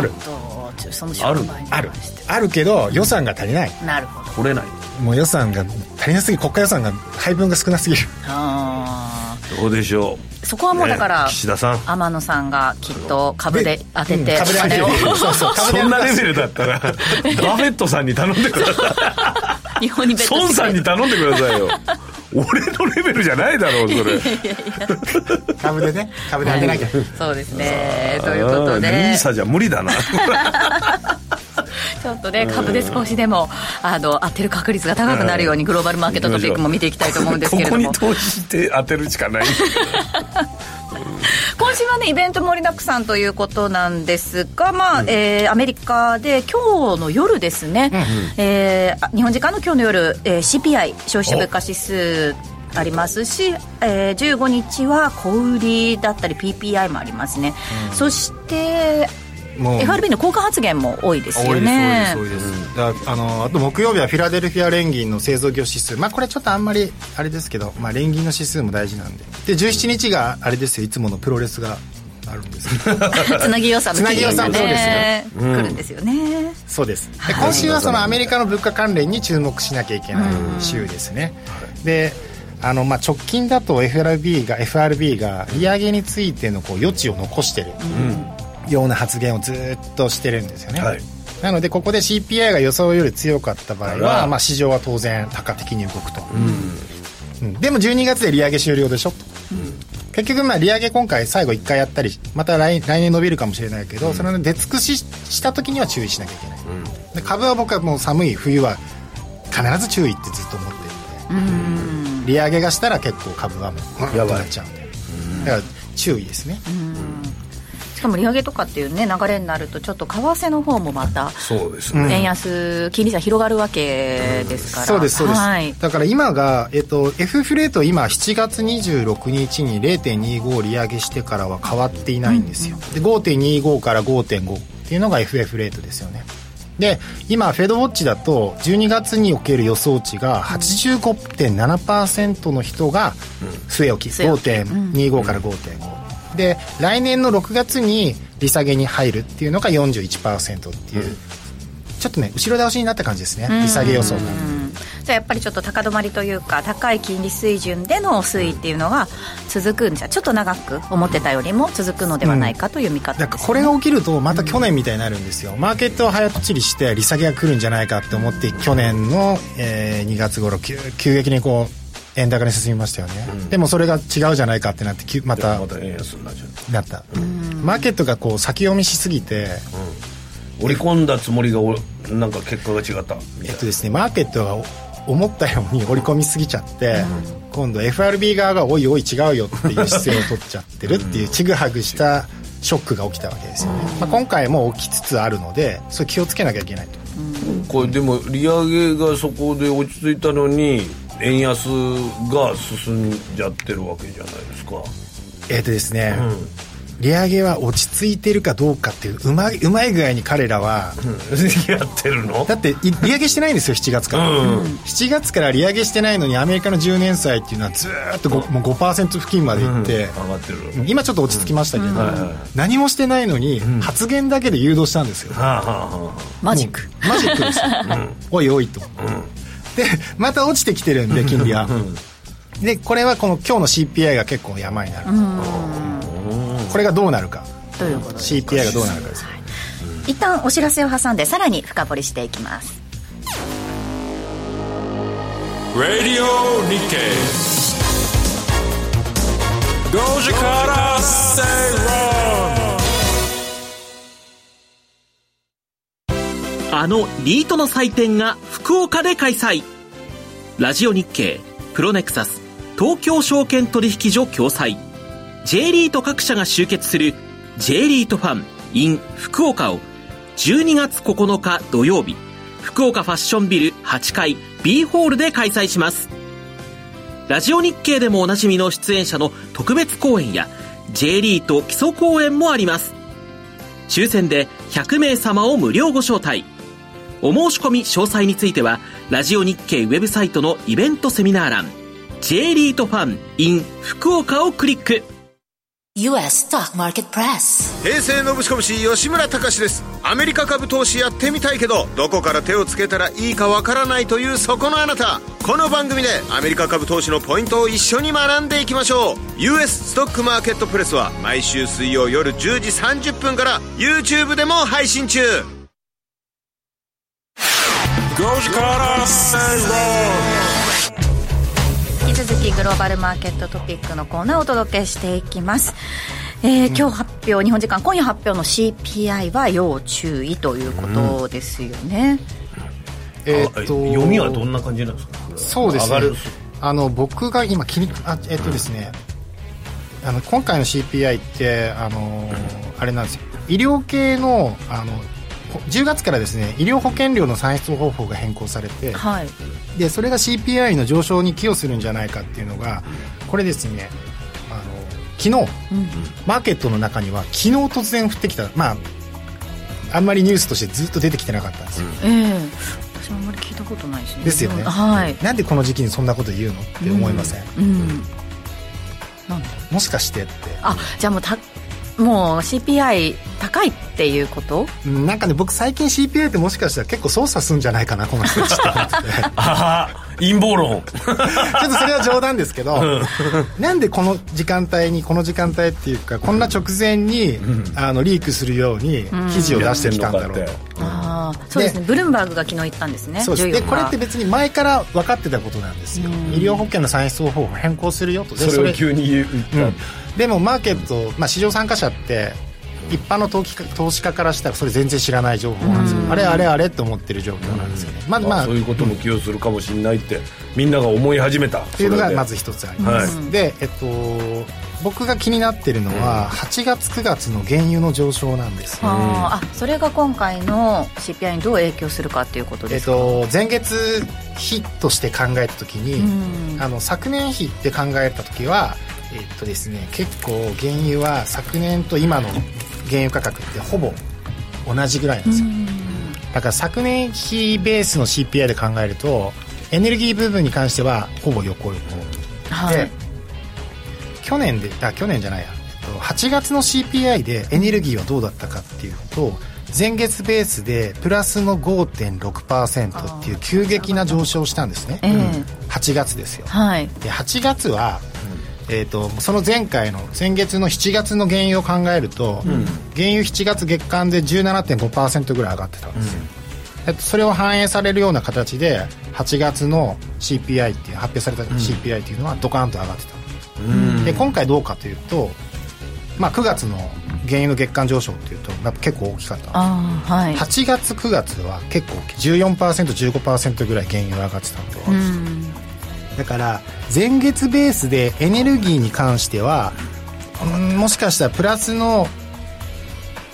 る
とその触媒に
あるあるけど予算が足りない
なるほど
取れない
もう予算が足りなすぎ国家予算が配分が少なすぎる
あ
どうでしょ
ーそこは
う
もうだから、
ね岸田さん
天野さんがきっと株で当てて、
うん株で
[laughs]
当てて [laughs]
お金を
そうそう株で
そんなレベルだ [laughs] ったらバフェットさんに頼んでくださ
日本に
い
[laughs] ベット
孫さんに
して
頼んでくださいよ [laughs] 俺のレベルじゃないだろうそれ
[laughs]
株でね株で当てなきゃ、
そうですねということ
あー
で
ニーサじゃ無理だな
ちょっとね株で少しでもあの当てる確率が高くなるようにグローバルマーケットトピックも見ていきたいと思うんですけれど
ここに
も
投資して当てるしかない
今週はねイベント盛りだくさんということなんですが、まあえーアメリカで今日の夜ですね、えーあ日本時間の今日の夜、えー CPI 消費者物価指数ありますし、えー15日は小売りだったり PPI もありますね、そして
もう
FRB の効果発言も多いですよ
多いで
ね
す多いです多いです、だからあのあと木曜日はフィラデルフィア連銀の製造業指数まあこれちょっとあんまりあれですけど、まあ、連銀の指数も大事なんでで17日があれですよいつものプロレスがあるんですけ [laughs] ど
つなぎ予算の期限が
つなぎ予
ね来るんですよね、
そうですで今週はそのアメリカの物価関連に注目しなきゃいけない週ですねであのまあ直近だと FRB が FRB が利上げについてのこう余地を残してるような発言をずっとしてるんですよね、
はい
なのでここで CPI が予想より強かった場合
あら
は、まあ、市場は当然多価的に動くと、うんでも12月で利上げ終了でしょ、結局まあ利上げ今回最後1回やったりまた来来年伸びるかもしれないけど、それの出尽くしした時には注意しなきゃいけない、で株は僕はもう寒い冬は必ず注意ってずっと思ってるんで、利上げがしたら結構株はもううんとなっちゃうんで、だから注意ですね、
しかも利上げとかっていうね流れになるとちょっと為替の方もまた
そうです
円安金利差広がるわけですから、
そうですそうです、
はい、
だから今が、えっと、F フレート今7月26日に0.25利上げしてからは変わっていないんですよ、で5.25から5.5っていうのが FF レートですよねで今フェドウォッチだと12月における予想値が85.7%の人が据え置き
据え置き
5.25から5.5、で来年の6月に利下げに入るっていうのが41%っていう、ちょっとね後ろ倒しになった感じですね利下げ予想が。
じゃあやっぱりちょっと高止まりというか高い金利水準での推移っていうのが続くんじゃちょっと長く思ってたよりも続くのではないかという見方
だ
で
から
す
こ
ね、
れが起きるとまた去年みたいになるんですよ、マーケットは早とちりして利下げが来るんじゃないかって思って去年の、え2月頃急急激にこう円高に進みましたよね、でもそれが違うじゃないかってなってきまた
また円安になっちゃう
なった、マーケットがこう先読みしすぎて、
織り込んだつもりがおなんか結果が違った
えっとですねマーケットが思ったように織り込みすぎちゃって、今度 FRB 側がおいおい違うよっていう姿勢を取っちゃってるっていうちぐはぐしたショックが起きたわけですよね、まあ、今回も起きつつあるのでそれ気をつけなきゃいけないと
これでも利上げがそこで落ち着いたのに円安が進んじゃってるわけじゃないですか [laughs]
えっ、とですね、利上げは落ち着いてるかどうかっていううまいうまい具合に彼らは、
やってるの
だってい利上げしてないんですよ7月から、
うん
7月から利上げしてないのにアメリカの10年債っていうのはずーっと 5%, もう5付近までいって、
上がってる
今ちょっと落ち着きましたけど、
はいはい
何もしてないのに発言だけで誘導したんですよ、
はあはあは
マジック
マジックですよ、おいおいと、でまた落ちてきてるんで金利は、でこれはこの今日の CPI が結構山になる、これがどうなるか
ということで
CPI がどうなるかです
一旦お知らせを挟んでさらに深掘りしていきます
あのリートの祭典が福岡で開催ラジオ日経プロネクサス東京証券取引所共催 J リート各社が集結する J リートファン in 福岡を12月9日土曜日福岡ファッションビル8階 B ホールで開催しますラジオ日経でもおなじみの出演者の特別公演や J リート基礎公演もあります抽選で100名様を無料ご招待お申し込み詳細については、ラジオ日経ウェブサイトのイベントセミナー欄、J リートファン in 福岡をクリック。
US Stock Market Press
平成のぶしこぶし吉村隆ですアメリカ株投資やってみたいけどどこから手をつけたらいいかわからないというそこのあなたこの番組でアメリカ株投資のポイントを一緒に学んでいきましょう US ストックマーケットプレスは毎週水曜夜10時30分から YouTube でも配信中
Gojikara
引き続きグローバルマーケットトピックのコーナーをお届けしていきます、えー今日発表日本時間今夜発表の CPI は要注意ということですよね、
え
あ
ー
読みはどんな感じなんですか
そうですね
上がる
あの僕が今気にあえっとですね、あの今回の CPI ってあのあれなんですよ医療系のあのほ10月からですね医療保険料の算出方法が変更されて、
はい
でそれが CPI の上昇に寄与するんじゃないかっていうのがこれですねあの昨日、マーケットの中には昨日突然降ってきたまああんまりニュースとしてずっと出てきてなかったんですよ、
ええ私もあんまり聞いたことないですね
ですよね
はい
なんでこの時期にそんなこと言うのって思いません、
うんなんで
もしかしてって
あじゃあもうたもう CPI 高いっていうこと
うんなんかね僕最近 CPI ってもしかしたら結構操作するんじゃないかなこの人たちって思っててちょっ
ああ陰謀論
とそれは冗談ですけどなんでこの時間帯にこの時間帯っていうかこんな直前に、あのリークするように記事を出してきたんだろうと、
ああそうですねブルームバーグが昨日言ったんですね
そうです
14
でこれって別に前から分かってたことなんですよ医療保険の算出方法を変更するよとで
それを急に言っ
う
た、
んでもマーケット、まあ、市場参加者って一般の投機家投資家からしたらそれ全然知らない情報なんですよ、あれあれあれって思ってる状況なんですよね、まあま
まあ、
あ
そういうことも寄与するかもしれないってみんなが思い始めたっ
っていうのがまず一つあります、で、えっと、僕が気になってるのは8月9月の原油の上昇なんです、
あーあそれが今回の CPI にどう影響するかっていうこと
え
で
っ
すか、
と、前月比として考えた時に、あの昨年比って考えた時は、えっとですね、結構原油は昨年と今の原油価格ってほぼ同じぐらいなんですよ、だから昨年比ベースの CPI で考えるとエネルギー部分に関してはほぼ横横、
は
で
い、
去年であ去年じゃないや、えっと、8月の CPI でエネルギーはどうだったかっていうと前月ベースでプラスの5.6%っていう急激な上昇をしたんですね、
ええ
8月ですよ
はい
で8月は、えー、とその前回の先月の7月の原油を考えると、原油7月月間で17.5%ぐらい上がってたんですよ、えっとそれを反映されるような形で8月の CPI っていう発表された CPI っていうのはドカーンと上がってた、で今回どうかというと、まあ、9月の原油の月間上昇っていうとやっぱ結構大きかった
ああはい
8月9月は結構 14%15% ぐらい原油が上がってたんで、だから前月ベースでエネルギーに関しては、うんもしかしたらプラスの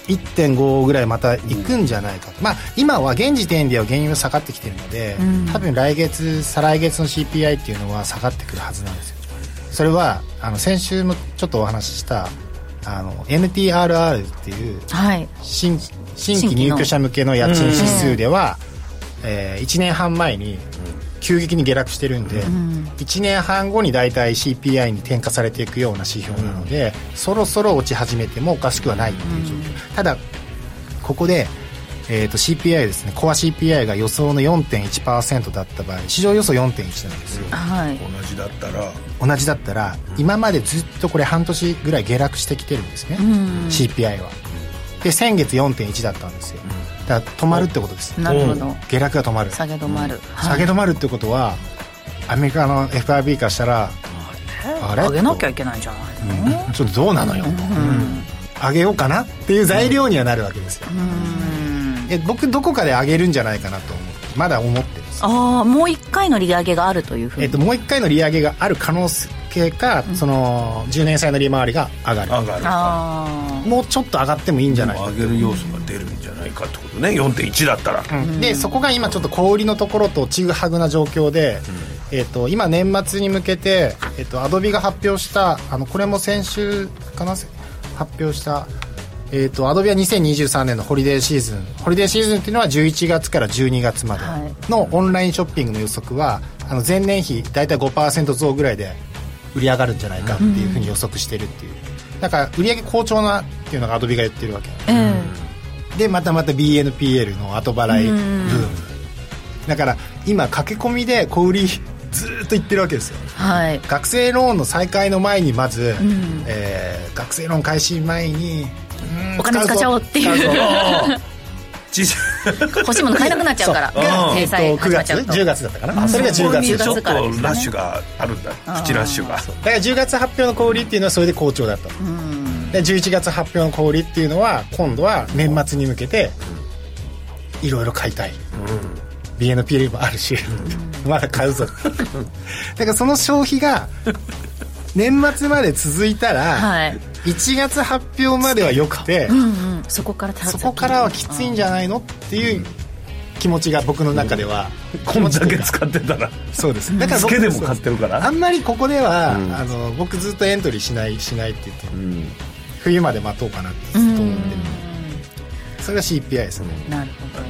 1.5ぐらいまた行くんじゃないかと、まあ、今は現時点では原油下がってきてるので、
うん
多分来月再来月の CPI っていうのは下がってくるはずなんですよそれはあの先週もちょっとお話ししたあの NTRR っていう
はい
新新規入居者向けの家賃指数では、え1年半前に急激に下落してるんで、1年半後に大体 CPI に転嫁されていくような指標なので、そろそろ落ち始めてもおかしくはないっていう状況、ただここで、えー、と CPI ですねコア CPI が予想の4.1%だった場合市場予想4.1なんですよ、
はい
同じだったら
同じだったら、今までずっとこれ半年ぐらい下落してきてるんですね、
うん
CPI はで先月4.1だったんですよだから止まるってことです
なるほど
下落が止まる
下げ止まる、
下げ止まるってことはアメリカの FRB からしたらあれ
上げなきゃいけないじゃない
うんちょっとどうなのよ、上げようかなっていう材料にはなるわけですよ、え僕どこかで上げるんじゃないかなと思ってまだ思ってる
ああもう一回の利上げがあるというふうに、
えっと、もう一回の利上げがある可能性か、その10年債の利回りが上がる
上がる
あ
もうちょっと上がってもいいんじゃないか
上げる要素が出るんじゃないかってことね4.1だったら、
でそこが今ちょっと小売りのところとちぐはぐな状況で、えっと今年末に向けて、えっとアドビが発表したあのこれも先週かなせ発表した、えっとアドビは2023年のホリデーシーズンホリデーシーズンっていうのは11月から12月までのオンラインショッピングの予測はあの前年比大体5%増ぐらいで売り上がるんじゃないかっていうふうに予測してるっていう、だから売り上げ好調なっていうのがアドビが言ってるわけ
ええ
でまたまた BNPL の後払いブームだから今駆け込みで小売りずーっと行ってるわけですよ
はい
学生ローンの再開の前にまず、
ん
えー学生ローン開始前にうん
お金使っちゃおうっていう
使うぞ
うん欲しいもの買えなくなっちゃうから
がえ
制
っと
裁
9
始まっ
月
ちゃうと
10月だったかな、
うん
それが10月
ちょっと
だから
ラッシュがあるんだ
あー
プチラッシュが
10月発表の小売りっていうのはそれで好調だったで11月発表の小売りっていうのは今度は年末に向けていろいろ買いたい、BNP もあるし、まだ買うぞだからその消費が年末まで続いたら、
はい
1月発表まではよくて、
うんうんそこから
そこからはきついんじゃないのっていう気持ちが僕の中では、こんだけ
使ってたら
そうです
だ
だ
か
からら僕
つけでも買ってるから
あんまりここでは、あの僕ずっとエントリーしないしないって言って、冬まで待とうかなってずっと思ってる、それが CPI ですね
なるほど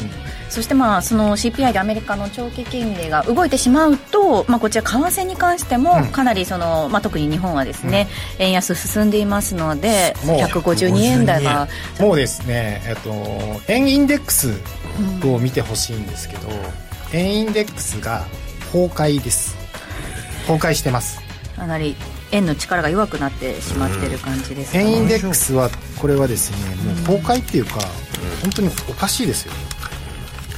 そしてまあその CPI でアメリカの長期金利が動いてしまうと、まあ、こちら為替に関してもかなりその、まあ、特に日本はですね、円安進んでいますので152円台が
もうですね、えっと、円インデックスを見てほしいんですけど、円インデックスが崩壊です崩壊してます
かなり円の力が弱くなってしまってる感じですね
円インデックスはこれはですねもう崩壊っていうか本当におかしいですよ、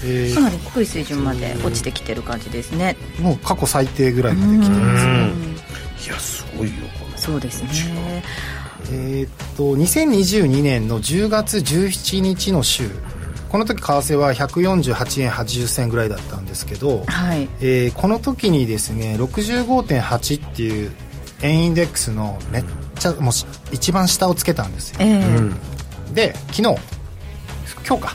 えー
かなり低い水準まで落ちてきてる感じですね
もう過去最低ぐらいまで来てます
いやすごいよ
そうですね
えーっと2022年の10月17日の週この時為替は148円80銭ぐらいだったんですけど、
はい
えーこの時にですね65.8っていう円インデックスのめっちゃもうし一番下をつけたんですよ、
ええ
で昨日今日か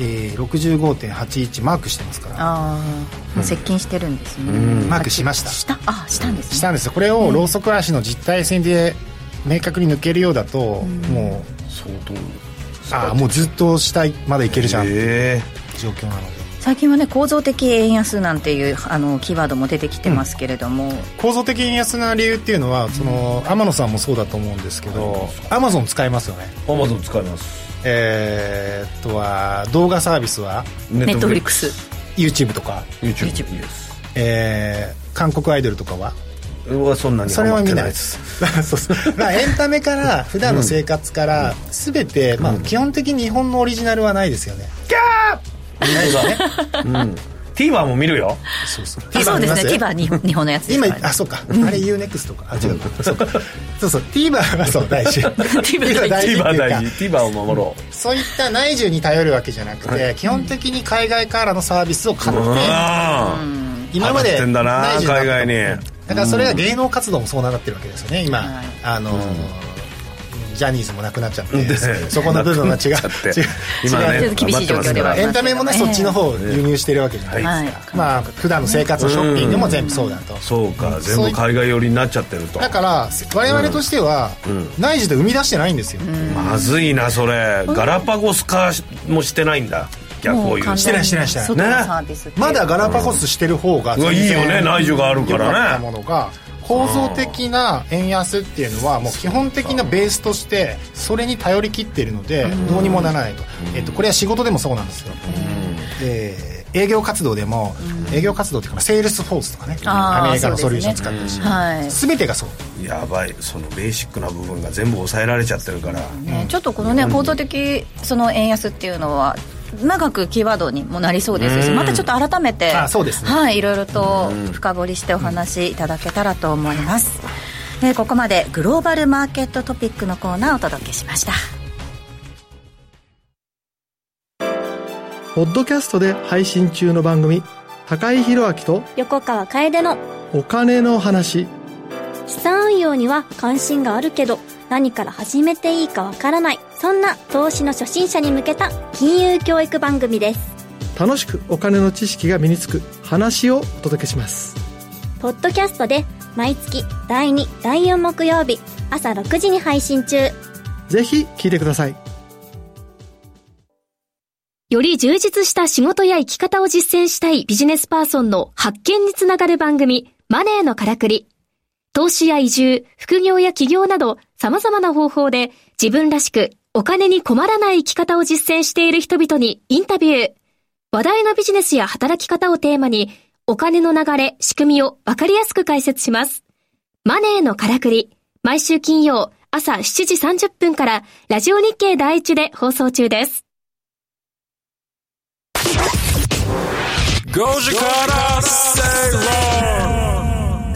えー65.81マークしてますから
ああ、もう接近してるんですね、
マークしました
したあしたんですね
したんですよこれをローソク足の実体線で明確に抜けるようだと、もう
相
当ああもうずっと下いまだいけるじゃんっていう状況なので、
最近はね構造的円安なんていうあのキーワードも出てきてますけれども、
構造的円安な理由っていうのはその、天野さんもそうだと思うんですけどアマゾン使いますよね
アマゾン使います
えー、っとは動画サービスは
Netflix
YouTube とか
YouTube, YouTube です
えー韓国アイドルとかは
俺はそんなに
それは見ないです [laughs] そうそうまあエンタメから普段の生活から全て、まあ、基本的に日本のオリジナルはないですよね、
本当だ、うん、TVer も見るよ
[laughs] そうそう
あそうですね
TVer 見
TVer
ます
に日本のやつです
今
からね
あそうか、あれ UNEXT とかあ違うかそうかそうそう TVer はそう大事
TVer 大事
TVer 大事
TVer を守ろう
そういった内需に頼るわけじゃなくて基本的に海外からのサービスを買って今ま
払っ
で
てんだな
内需にな
海
った
外に
だからそれが芸能活動もそうなってるわけですよね今、あのージャニーズもなくなっちゃってそこの部分は違う違う
今ねちょっと厳しい状況ではありますけどね
エンタメもね、そっちの方を輸入してるわけじゃないですか、まあ普段の生活もショッピングも全部そうだと、
うんそうか全部海外寄りになっちゃってると
だから我々としては、内需で生み出してないんですよ、
まずいなそれガラパゴス化もしてないんだ逆を言う
してないしてないしてないまだガラパゴスしてる方が
うわいいよね内需があるからね
良ったものが構造的な円安っていうのはもう基本的なベースとしてそれに頼り切ってるのでどうにもならないと、えっと、これは仕事でもそうなんですよ、で営業活動でも、営業活動っていうかセールスフォースとかね
あー
アメリカのソリューション使ってるし、
そうですねはい
全てがそう
やばいそのベーシックな部分が全部抑えられちゃってるから、
ね、ちょっとこのね構造的その円安っていうのは長くキーワードにもなりそうですし、
うん
またちょっと改めて
あそうですね
はいいろいろと深掘りしてお話しいただけたらと思います、えーここまでグローバルマーケットトピックのコーナーをお届けしました
ポッドキャストで配信中の番組、高井宏明と
横川楓の
お金の話、
資産運用には関心があるけど何から始めていいかわからないそんな投資の初心者に向けた金融教育番組です
楽しくお金の知識が身につく話をお届けします。
ポッドキャストで毎月第2第4木曜日朝6時に配信中
ぜひ聞いてください。
より充実した仕事や生き方を実践したいビジネスパーソンの発見につながる番組、マネーのからくり。投資や移住、副業や起業など様々な方法で自分らしくお金に困らない生き方を実践している人々にインタビュー。話題のビジネスや働き方をテーマにお金の流れ、仕組みをわかりやすく解説します。マネーのからくり。毎週金曜朝7時30分からラジオ日経第一で放送中です。
5時から正論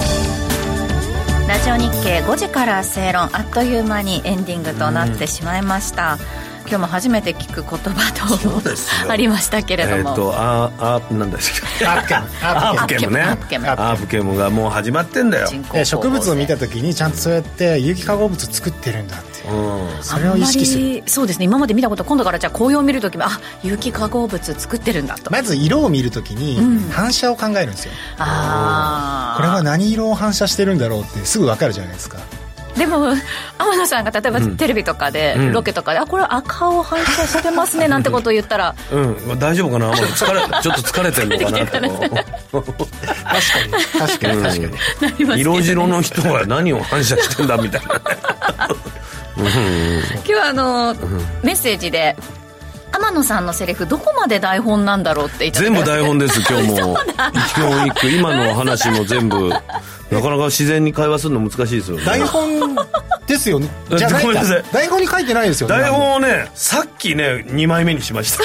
ラジオ日経5時から正論あっという間にエンディングとなってしまいました、今日も初めて聞く言葉とありましたけれど
えっ、
も、
とああなんだっけ
アッケム
[laughs] アープケムね
アー
ア
プケム
ープケムがもう始まってんだよ、
で植物を見た時にちゃんとそうやって有機化合物作ってるんだって
うん
それを意識する
あんまりそうですね今まで見たこと今度からじゃあ紅葉を見るときもあ有機化合物作ってるんだと
まず色を見るときに反射を考えるんですよ、
あ
これは何色を反射してるんだろうってすぐ分かるじゃない
[laughs]
ですか
でも天野さんが例えば
うん
テレビとかで、
うん
ロケとかであこれ赤を反射してま
[laughs]
すねなんてことを言ったら
うん、大丈夫かなもう疲れちょっと [laughs] 疲れてんのかな
確かに確かに
なりますけど
色白の人は何を反射してんだみたい
[laughs]
な
今日はあのメッセージで天野さんのセリフどこまで台本なんだろうって言って
全部台本です今日も今日一句今のお話も全部なかなか自然に会話するの難しいですよね
台本です
[laughs]
よね
え
じゃない
ごめんなさい
台本に書いてないですよね
台本をねさっきね2枚目にしました
そ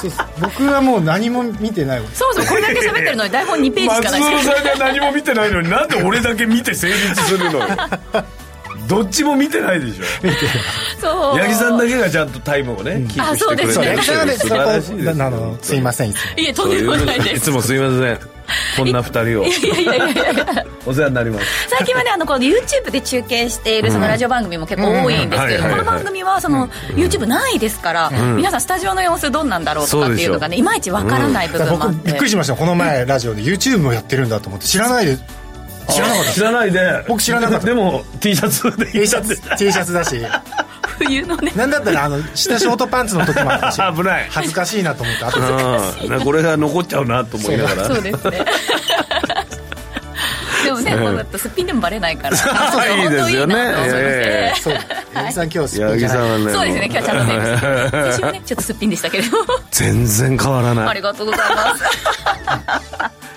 うです僕はもう何も見てない
そもそもこれだけ喋ってるのに台本2ページしかない
松尾さんが何も見てないのになんで俺だけ見て成立するの
[laughs]
どっちも見てないでし
そ
ょ
う
八木さんだけがちゃんとタイムをねキープしてくれ
そう
てる
ね
素
なのでそ
晴らしいです
こあのすいませんいつも
いえとんでもないで
い
す
つもすいませんこんな二人を
いやいやいやいや
お世話になります
最近はねあのこの YouTube で中継しているそのラジオ番組も結構多いんですけど、
うんうん
この番組はその YouTube ないですから、
うん
皆さんスタジオの様子どんなんだろうとかっていうのがねいまいちわからない部分もあって、
僕びっ
[laughs]
くりしましたこの前ラジオで YouTube もやってるんだと思って知らないで知らなかった
知らないで
僕知らなかった
でも T シャツで
T シャツ T シャツだし
冬のね
なんだったらあの下ショートパンツの時もあった
[laughs]
し
危ない
恥ずかしいなと思ってあと
うんこれが残っちゃうなと思いながら
そうで
[laughs]
すねでもね、
うん
もうだってすっぴんでもバレないか
[laughs]
ら
いいですよね
本当いいなと思います
ええ
そう八木さん今日すっぴ
八
んじ
木
ゃ
さん
ない
はね
そうですね今日ちゃんと
[laughs]
ね
ね
私はねちょっとすっぴんでしたけれど
[laughs]
も
全然変わら
あ
な
り
い
がとうございます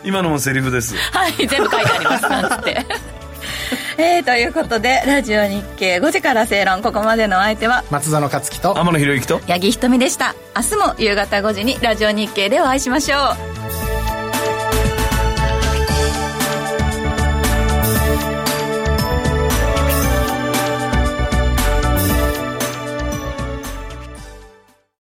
今のもセリフです
はい全部書いてありますなんつって [laughs] えー、ということでラジオ日経5時から正論ここまでのお相手は
松田の勝樹と
天野博之と
八木ひとみでした明日も夕方5時にラジオ日経でお会いしましょう